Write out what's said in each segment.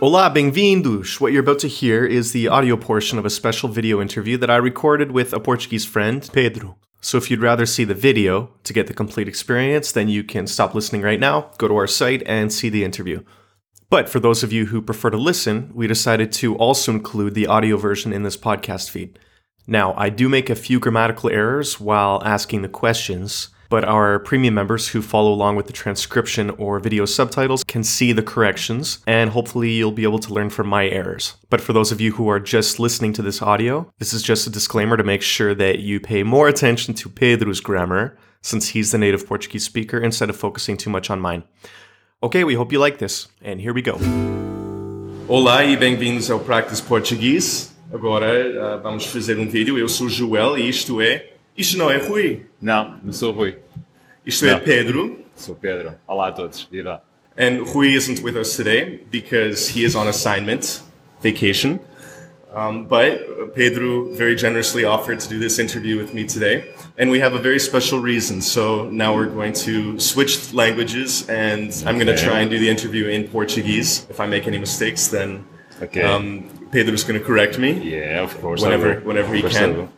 Olá, bem-vindos! What you're about to hear is the audio portion of a special video interview that I recorded with a Portuguese friend, Pedro. So if you'd rather see the video to get the complete experience, then you can stop listening right now, go to our site, and see the interview. But for those of you who prefer to listen, we decided to also include the audio version in this podcast feed. Now, I do make a few grammatical errors while asking the questions, but our premium members who follow along with the transcription or video subtitles can see the corrections, and hopefully you'll be able to learn from my errors. But for those of you who are just listening to this audio, this is just a disclaimer to make sure that you pay more attention to Pedro's grammar, since he's the native Portuguese speaker, instead of focusing too much on mine. Okay, we hope you like this, and here we go. Olá e bem-vindos ao Practice Português. Agora ah, vamos fazer um vídeo. Eu sou o Joel e isto é. Isto não é Rui, Não, não sou Rui. isto é Não. Pedro. Sou Pedro. Olá a todos. Irá. And Rui isn't with us today because he is on assignment, vacation. Um, but Pedro very generously offered to do this interview with me today. And we have a very special reason. So now we're going to switch languages and I'm going to Okay. try and do the interview in Portuguese. If I make any mistakes, then Ok. um, Pedro's going to correct me. yeah, of course. Whenever- I will. whenever Of you course can. I will.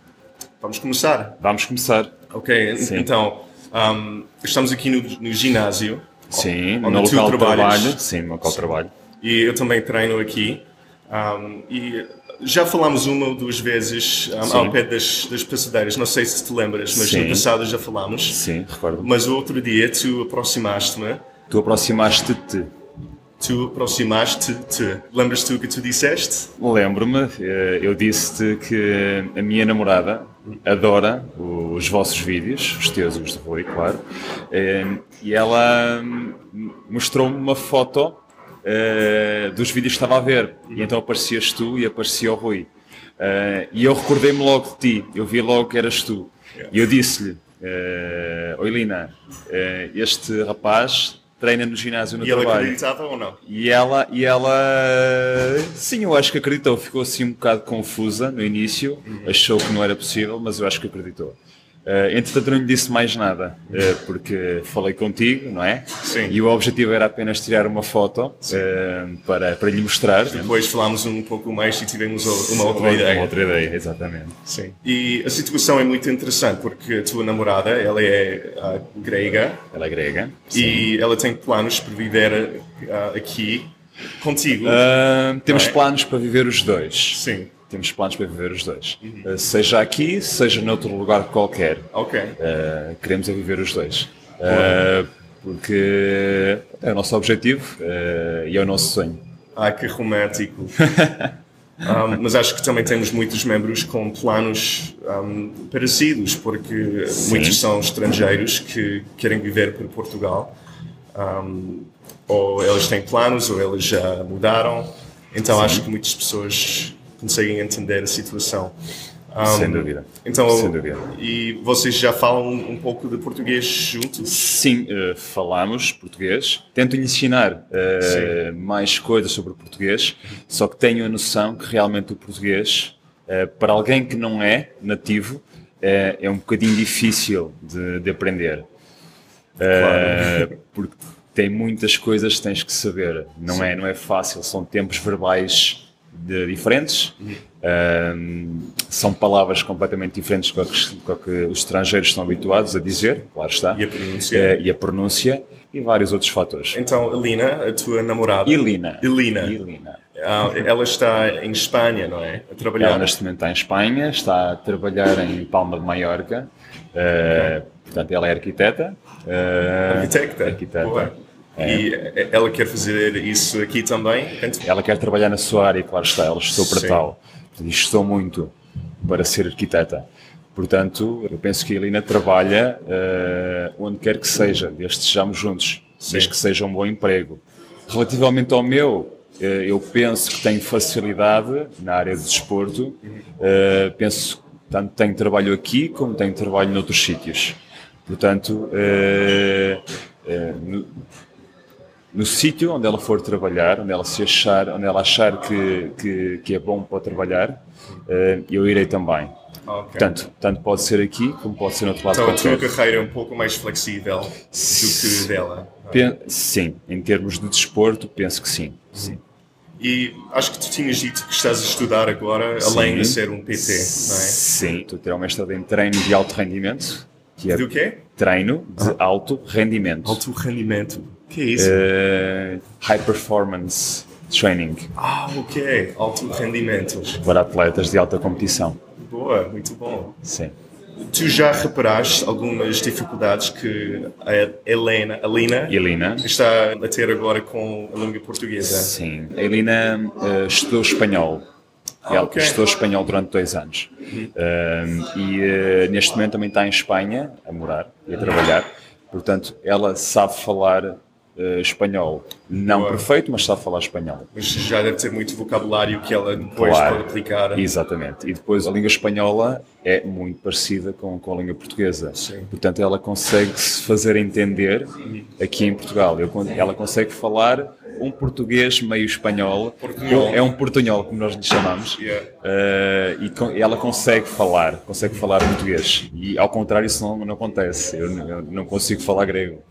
Vamos começar. Vamos começar. Ok, en- então, ahm, estamos aqui no, no ginásio. Sim, onde no tu local de trabalhas. trabalho. Sim, no local de trabalho. E eu também treino aqui. Ahm, e já falámos uma ou duas vezes ahm, Sim. ao pé das, das passadeiras. Não sei se te lembras, mas no Sim. passado já falámos. Sim, recordo. Mas o outro dia tu aproximaste-me. Tu aproximaste-te. Tu aproximaste-te. Lembras tu o que tu disseste? Lembro-me, eh, eu disse-te que a minha namorada adora os vossos vídeos, os teus e os de Rui, claro, Eh, e ela hum, mostrou-me uma foto eh, dos vídeos que estava a ver, e então aparecias tu e aparecia o Rui. Eh, E eu recordei-me logo de ti, eu vi logo que eras tu, e eu disse-lhe, eh, Oi Lina, eh, este rapaz treina no ginásio no e ela trabalho. acreditava ou não? E ela, e ela, sim, eu acho que acreditou. Ficou assim um bocado confusa no início, Uhum. achou que não era possível, mas eu acho que acreditou. Eh, entretanto, não lhe disse mais nada, eh, porque falei contigo, não é? Sim. E o objetivo era apenas tirar uma foto eh, para, para lhe mostrar. né? Depois falámos um pouco mais e tivemos o- uma outra Uma- ideia. Uma outra ideia, exatamente. Sim. E a situação é muito interessante porque a tua namorada, ela é ah, grega Ela é grega. e ela tem planos para viver ah, aqui contigo. Ah, temos Não é? planos para viver os dois. Sim. Uhum. Temos planos para viver os dois. Eh, seja aqui, seja noutro lugar qualquer. Ok. Uh, queremos é viver os dois. Uh, porque é o nosso objetivo uh, e é o nosso sonho. Ah, que romântico. Ah, mas acho que também temos muitos membros com planos ah, parecidos, porque muitos são estrangeiros que querem viver para Portugal. Ah, ou eles têm planos, ou eles já mudaram. Então acho que muitas pessoas conseguem entender a situação. Ah, Sem dúvida. Então, Sem dúvida. e vocês já falam um pouco de português juntos? Sim, uh, falamos português. Tento lhe ensinar uh, Sim. mais coisas sobre o português, só que tenho a noção que realmente o português, uh, para alguém que não é nativo, uh, é um bocadinho difícil de, de aprender. Uh, porque tem muitas coisas que tens que saber. Não é, não é fácil. São tempos verbais de- diferentes. Uhum. Um, são palavras completamente diferentes com a que, com a que os estrangeiros estão habituados a dizer, claro está, E a pronúncia. Eh, e a pronúncia e vários outros fatores. Então, Alina, a tua namorada. Ilina. Elina. Ilina. Ah, ela está em Espanha, não é? A trabalhar. Ela neste momento está em Espanha, está a trabalhar em Palma de Maiorca. Eh, portanto, ela é arquiteta. eh, Arquitecta. arquiteta. É. Boa. E eh, ela quer fazer isso aqui também? Então, Ela quer trabalhar na sua área, claro está, ela estudou para Sim. tal. Portanto, E estudou muito para ser arquiteta. Portanto, eu penso que a Helena trabalha eh, onde quer que seja, desde que estejamos juntos, desde que seja um bom emprego. Relativamente ao meu, eh, eu penso que tenho facilidade na área do desporto. Eh, penso tanto tenho trabalho aqui como tenho trabalho noutros sítios. Portanto, eh, eh, no- no sítio onde ela for trabalhar, onde ela se achar, onde ela achar que, que, que é bom para trabalhar, eh, eu irei também. ok. Portanto, tanto pode ser aqui como pode ser no outro lado então a tua qualquer. carreira é um pouco mais flexível do que a dela. Pen- Sim, em termos de desporto, penso que sim. sim. E acho que tu tinhas dito que estás a estudar agora, além de ser um PT, não é? Sim, estou a tirar um mestrado em treino de alto rendimento, que é Do quê? Ah. treino de alto rendimento. Alto rendimento. Que é isso? Eh, high performance training Ah, ok. Alto rendimento. para atletas de alta competição. Boa, muito bom. Sim. Tu já reparaste algumas dificuldades que a Helena, a Lina, Elina? está a ter agora com a língua portuguesa? Sim. A Elina eh, estudou espanhol. Ela Ah, ok. estudou espanhol durante dois anos. Eh, e eh, neste momento também está em Espanha a morar e a trabalhar. Portanto, ela sabe falar eh, espanhol. Não Boa. perfeito, mas sabe falar espanhol. Mas já deve ter muito vocabulário que ela depois Claro. pode aplicar. Exatamente. E depois a língua espanhola é muito parecida com, com a língua portuguesa. Sim. Portanto, ela consegue se fazer entender aqui em Portugal. Eu con- ela consegue falar um português meio espanhol. Portunhol. Eu- É um portunhol, como nós lhe chamamos. Yeah. Eh, e con- ela consegue falar, consegue falar português. E ao contrário, isso não, não acontece. Eu, n- eu não consigo falar grego.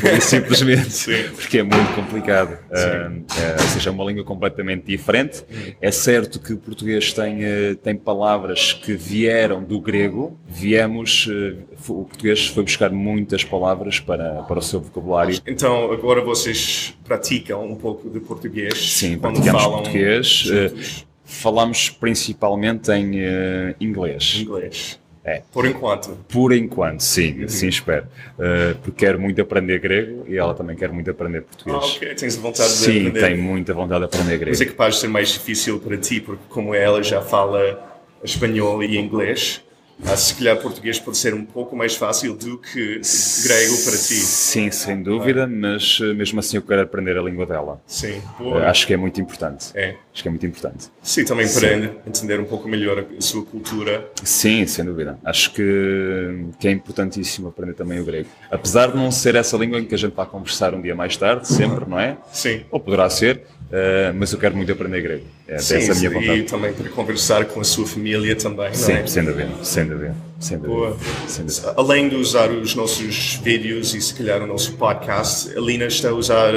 Pura e Simplesmente, porque é muito complicado. Ah, ah, ou seja, é uma língua completamente diferente. É certo que o português tem, eh, tem palavras que vieram do grego. Viemos, eh, fo- o português foi buscar muitas palavras para, para o seu vocabulário. Então, agora vocês praticam um pouco de português? Sim, quando praticamos falam português. eh, juntos? falamos principalmente em eh, inglês. inglês. É. Por enquanto. Por enquanto, Uhum. sim, sim, espero. Uh, porque quero muito aprender grego e ela também quer muito aprender Ah, português. ok. Tens vontade de Sim, aprender. tem muita vontade de aprender grego. Mas é capaz de ser mais difícil para ti, porque como ela já fala espanhol e inglês, ah, se calhar português pode ser um pouco mais fácil do que grego para ti. Sim, sem dúvida, mas uh, mesmo assim eu quero aprender a língua dela. Sim, Uh, boa. acho que é muito importante. É. Acho que é muito importante. Sim, também para entender um pouco melhor a sua cultura. Sim, sem dúvida. Acho que, que é importantíssimo aprender também o grego. Apesar de não ser essa língua em que a gente vai conversar um dia mais tarde, sempre, não é? Sim. Ou poderá ser, uh, mas eu quero muito aprender grego. É, essa é a minha vontade. e também para conversar com a sua família também, não é? Sim, sem dúvida, sem dúvida, sem dúvida. Boa. Sem dúvida. Além de usar os nossos vídeos e se calhar o nosso podcast, a Lina está a usar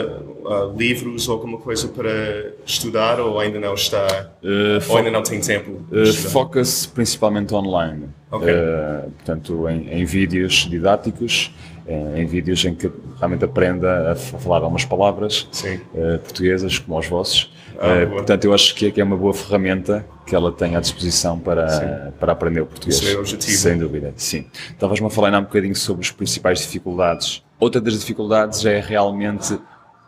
ah, livros ou alguma coisa para estudar ou ainda não está? Eh, ou fo- ainda não tem tempo? de eh, estudar? Foca-se principalmente online, Uhum. Ok. Eh, portanto, em, em vídeos didáticos, eh, em vídeos em que realmente aprenda a f- falar algumas palavras Sim. eh, portuguesas, como os vossos. Ah, Eh, boa. portanto, eu acho que é, que é uma boa ferramenta que ela tem à disposição para, para aprender o português. Isso é o objetivo. Sem dúvida, sim. Estavas-me a falar ainda há um bocadinho sobre as principais dificuldades. Outra das dificuldades é realmente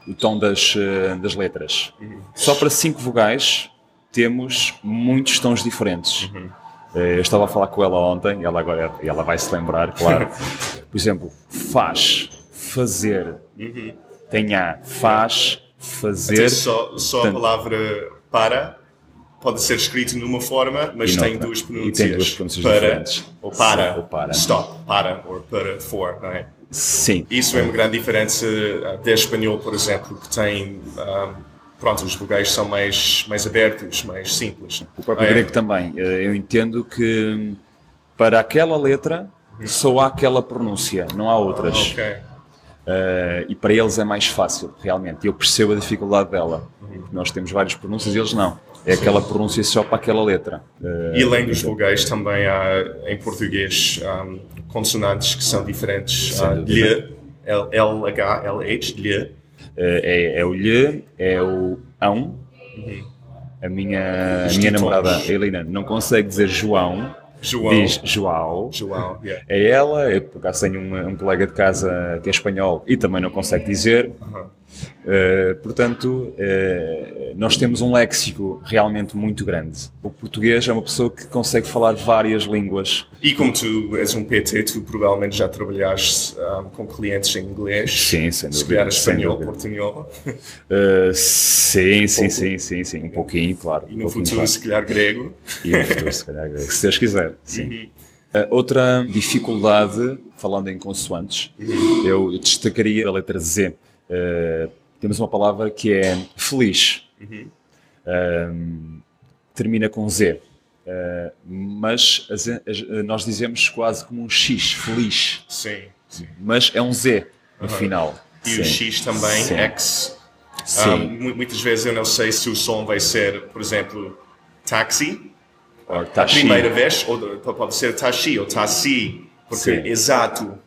o tom das, eh, das letras. Uhum. Só para cinco vogais temos muitos tons diferentes. Uhum. Eh, Eu estava a falar com ela ontem, e ela agora e ela vai se lembrar, claro. Por exemplo, faz, fazer, tem A, faz, Tem fazer, só, só a Portanto- palavra para pode ser escrito numa forma, mas E não tem para. duas E tem pronúncias. duas pronúncias para, diferentes. Ou para, Sim, ou para. Stop, para, ou para, for, não é? sim. Isso é uma grande diferença ah, de espanhol, por exemplo, que tem. ah, pronto, os vogais são mais, mais abertos, mais simples. O próprio Ah, é? grego também. Eh, Eu entendo que hum, para aquela letra só há aquela pronúncia, não há outras. Ok. Eh, e para eles é mais fácil, realmente. Eu percebo a dificuldade dela. Uhum. Nós temos várias pronúncias e eles não. É aquela pronúncia só para aquela letra. Eh, E além dos vogais, também há em português ahm, consonantes que são diferentes. Ah, dúvida. Lhe, L- LH, LH, lhe. Eh, é, é o lhe, é o ão. A minha, a Os titãs. minha namorada, a Helena, não consegue dizer João, João. diz João. João, yeah. É ela, eu por acaso tenho um, um colega de casa que é espanhol e também não consegue dizer. Aham. Eh, portanto, eh, nós temos um léxico realmente muito grande. O português é uma pessoa que consegue falar várias línguas. E como tu és um PT, tu provavelmente já trabalhaste ahm, com clientes em inglês. Sim, sem Se dúvida, calhar sem espanhol, dúvida. portunhol. Eh, sim, sim, pouco. sim, sim, sim, um pouquinho, claro. E um no pouquinho, futuro, claro. se calhar grego. E no futuro, se calhar, se Deus quiser. Sim. Eh, outra dificuldade, falando em consoantes, eu destacaria a letra Z. Eh, temos uma palavra que é feliz. Ahm, termina com Z. Eh, mas as- as- nós dizemos quase como um X, feliz. Sim. sim. Mas é um Z no final. E o X também, Sim. X. Ah, mu- muitas vezes eu não sei se o som vai ser, por exemplo, taxi, Or a taxi. primeira vez, ou do- p- pode ser taxi ou taxi, porque Sim. exato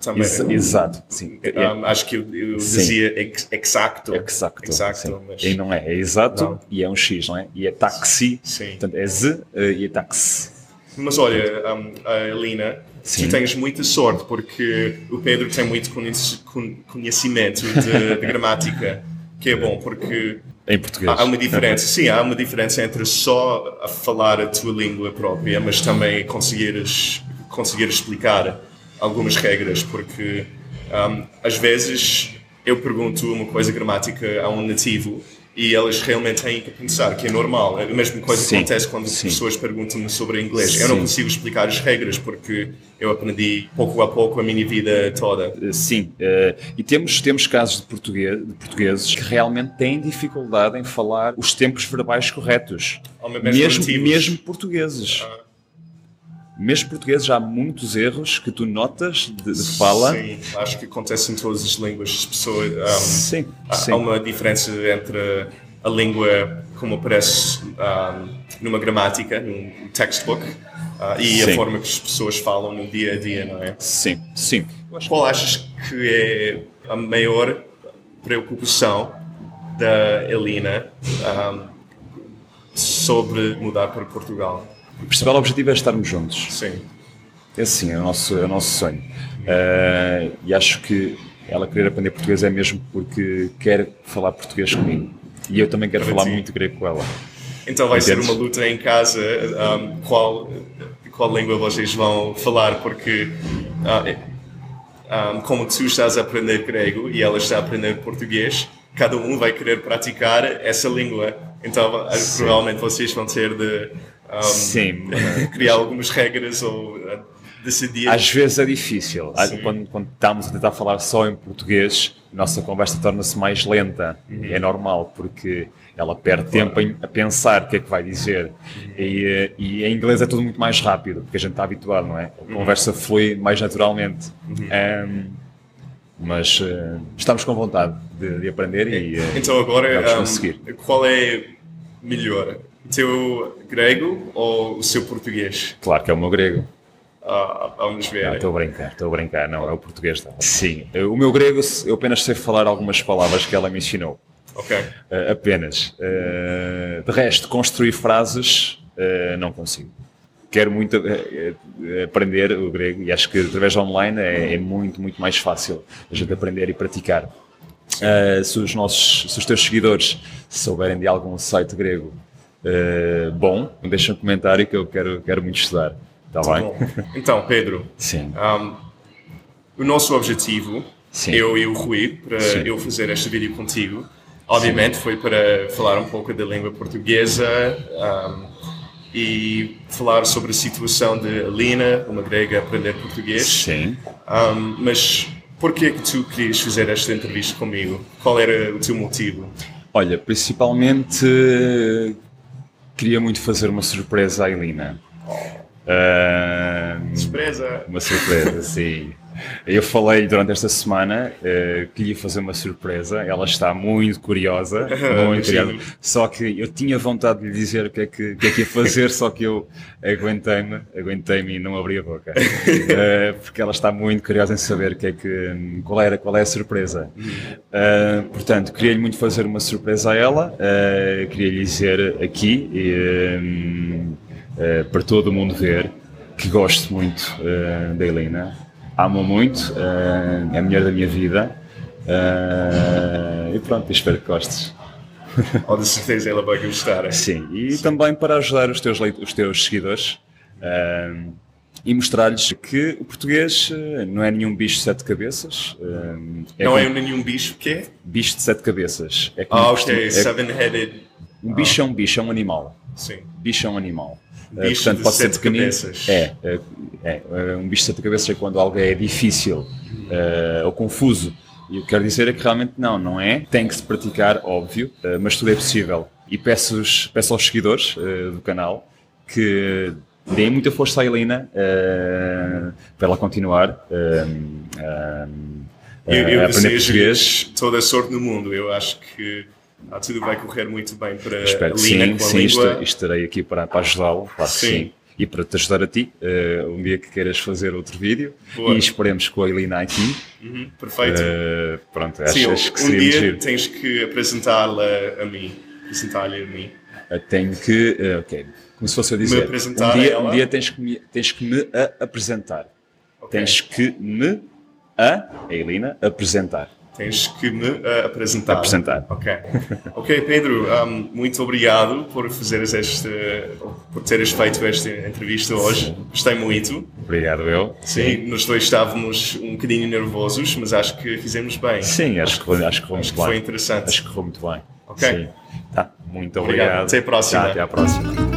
também. Ex- exato, sim. É- é- Ah, acho que eu, eu Sim. dizia ex exacto. Exacto. Exacto, sim. mas- E não é, é exato Não. e é um X, não é? E é táxi. Sim. Portanto, é Z eh, e é táxi. Mas olha, um, Elina, Sim. tu tens muita sorte porque o Pedro tem muito conheci- con- conhecimento de, de gramática, que é bom porque Em português. há há uma diferença. Sim, há uma diferença entre só a falar a tua língua própria, mas também conseguires conseguir explicar algumas regras, porque um, às vezes eu pergunto uma coisa gramática a um nativo e elas realmente têm que pensar que é normal. A mesma coisa Sim. acontece quando as Sim. pessoas pessoas perguntam-me sobre inglês. Eu não Sim. consigo explicar as regras porque eu aprendi pouco a pouco a minha vida toda. Eh, Sim, eh, e temos, temos casos de, português, de portugueses que realmente têm dificuldade em falar os tempos verbais corretos. Ao Oh, mesmo tempo, Mesmo, nativos. Ah. mesmo portugueses. Mesmo portugueses, há muitos erros que tu notas de, de fala. Sim, acho que acontece em todas as línguas. As pessoas, um, Sim, há- sim. há uma diferença entre a língua como aparece um, numa gramática, num textbook, uh, e Sim. a forma que as pessoas falam no dia a dia, não é? Sim, sim. Qual achas que é a maior preocupação da Elina ahm, sobre mudar para Portugal? O principal objetivo é estarmos juntos. Sim. É sim, é o nosso, é o nosso sonho. Ah, e acho que ela querer aprender português é mesmo porque quer falar português comigo. E eu também quero Para falar ti. muito grego com ela. Então vai ser Entendes? uma luta em casa ahm, qual, qual língua vocês vão falar, porque ah, é- um, ahm, como tu estás a aprender grego e ela está a aprender português, cada um vai querer praticar essa língua. Então ah, provavelmente vocês vão ter de ahm, Sim, criar algumas regras ou uh, decidir. às vezes é difícil. Às- Sim. Quando, quando estamos a tentar falar só em português, a nossa conversa torna-se mais lenta. É normal, porque ela perde tempo em- a pensar o que é que vai dizer. E, eh, e em inglês é tudo muito mais rápido, porque a gente está habituado, não é? A conversa flui mais naturalmente. Ahm, mas eh, estamos com vontade de, de aprender e. eh, Então agora, vamos ahm, conseguir. qual é melhor? O teu grego ou o seu português? Claro que é o meu grego. Ah, vamos Não, ver. Estou a brincar, estou a brincar, não, é o português. Não. Sim, eh, o meu grego eu apenas sei falar algumas palavras que ela me ensinou. Ok. Uh, apenas. Uh, de resto, construir frases uh, não consigo. Quero muito uh, uh, aprender o grego e acho que através de online é, é muito, muito mais fácil a gente aprender e praticar. Uh, se, os nossos, se os teus seguidores souberem de algum site grego uh, bom, deixa um comentário que eu quero, quero muito estudar. Está bem? Bom, então, Pedro, Sim. ahm, o nosso objetivo, Sim. eu e o Rui, para Sim. eu fazer este vídeo contigo, obviamente foi para falar um pouco da língua portuguesa ahm, e falar sobre a situação de Alina, uma grega, a aprender português. Sim. Ahm, mas por que é que tu querias fazer esta entrevista comigo? Qual era o teu motivo? Olha, principalmente eh, queria muito fazer uma surpresa à Elina. Ah, Surpresa! uma surpresa, sim. Eu falei durante esta semana eh, que ia fazer uma surpresa. Ela está muito curiosa, muito Imagino. curiosa. Só que eu tinha vontade de lhe dizer o que é que, o que, é que ia fazer, só que eu aguentei-me, aguentei-me e não abri a boca. Eh, porque ela está muito curiosa em saber o que é que, qual, era, qual é a surpresa. Eh, portanto, queria-lhe muito fazer uma surpresa a ela, eh, queria-lhe dizer aqui, eh, eh, para todo mundo ver, que gosto muito eh, da Helena, amo muito, eh, é a mulher da minha vida. eh, e pronto, espero que gostes. Ou Oh, de certeza ela vai gostar. Sim, e também para ajudar os teus, leit- os teus seguidores ahm, e mostrar-lhes que o português eh, não é nenhum bicho de sete cabeças. ahm, é Não como- é nenhum bicho, o quê? bicho de sete cabeças. É como Ah, costuma- ok, é- seven-headed. um bicho é um bicho, é um animal. Sim. Bicho é um animal. Eh, Bicho de sete pequenino. cabeças. É, eh, é, eh, um bicho de sete cabeças é quando algo é difícil eh, ou confuso. E o que quero dizer é que realmente não, não é? Tem que se praticar, óbvio, eh, mas tudo é possível. E peço-os- peço, aos seguidores eh, do canal que deem muita força à Helena eh, para ela continuar eh, eh, eh, Eu, eu a aprender desejo português. toda a sorte no mundo. Eu acho que ah, tudo vai correr muito bem para Espero a que Lina sim, com a sim é- língua. estou- estarei aqui para, para ajudá-lo, claro que Sim. sim. E para te ajudar a ti, eh, um dia que queiras fazer outro vídeo. Boa. E esperemos com a Elina aqui. Uhum, perfeito. Eh, pronto, acho, sim, acho que um seria muito dia giro. tens que apresentá-la a mim. Apresentar-lhe a mim. Eh, Tenho que, eh, ok, como se fosse a dizer, apresentar um a dia, ela? um dia tens, que me, tens que me a apresentar. Ok? Tens que me a, a Elina, apresentar. Tens que me ah, apresentar. Apresentar. Ok. Ok, Pedro, ah, muito obrigado por fazeres esta, por teres feito esta entrevista hoje. Gostei muito. Obrigado, eu. Sim, nós dois estávamos um bocadinho nervosos, mas acho que fizemos bem. Sim, acho que, acho que vamos Acho que foi bem. interessante. Acho que correu muito bem. Ok. Sim. Tá, muito Obrigado. obrigado. Até a próxima. Tá, até à próxima.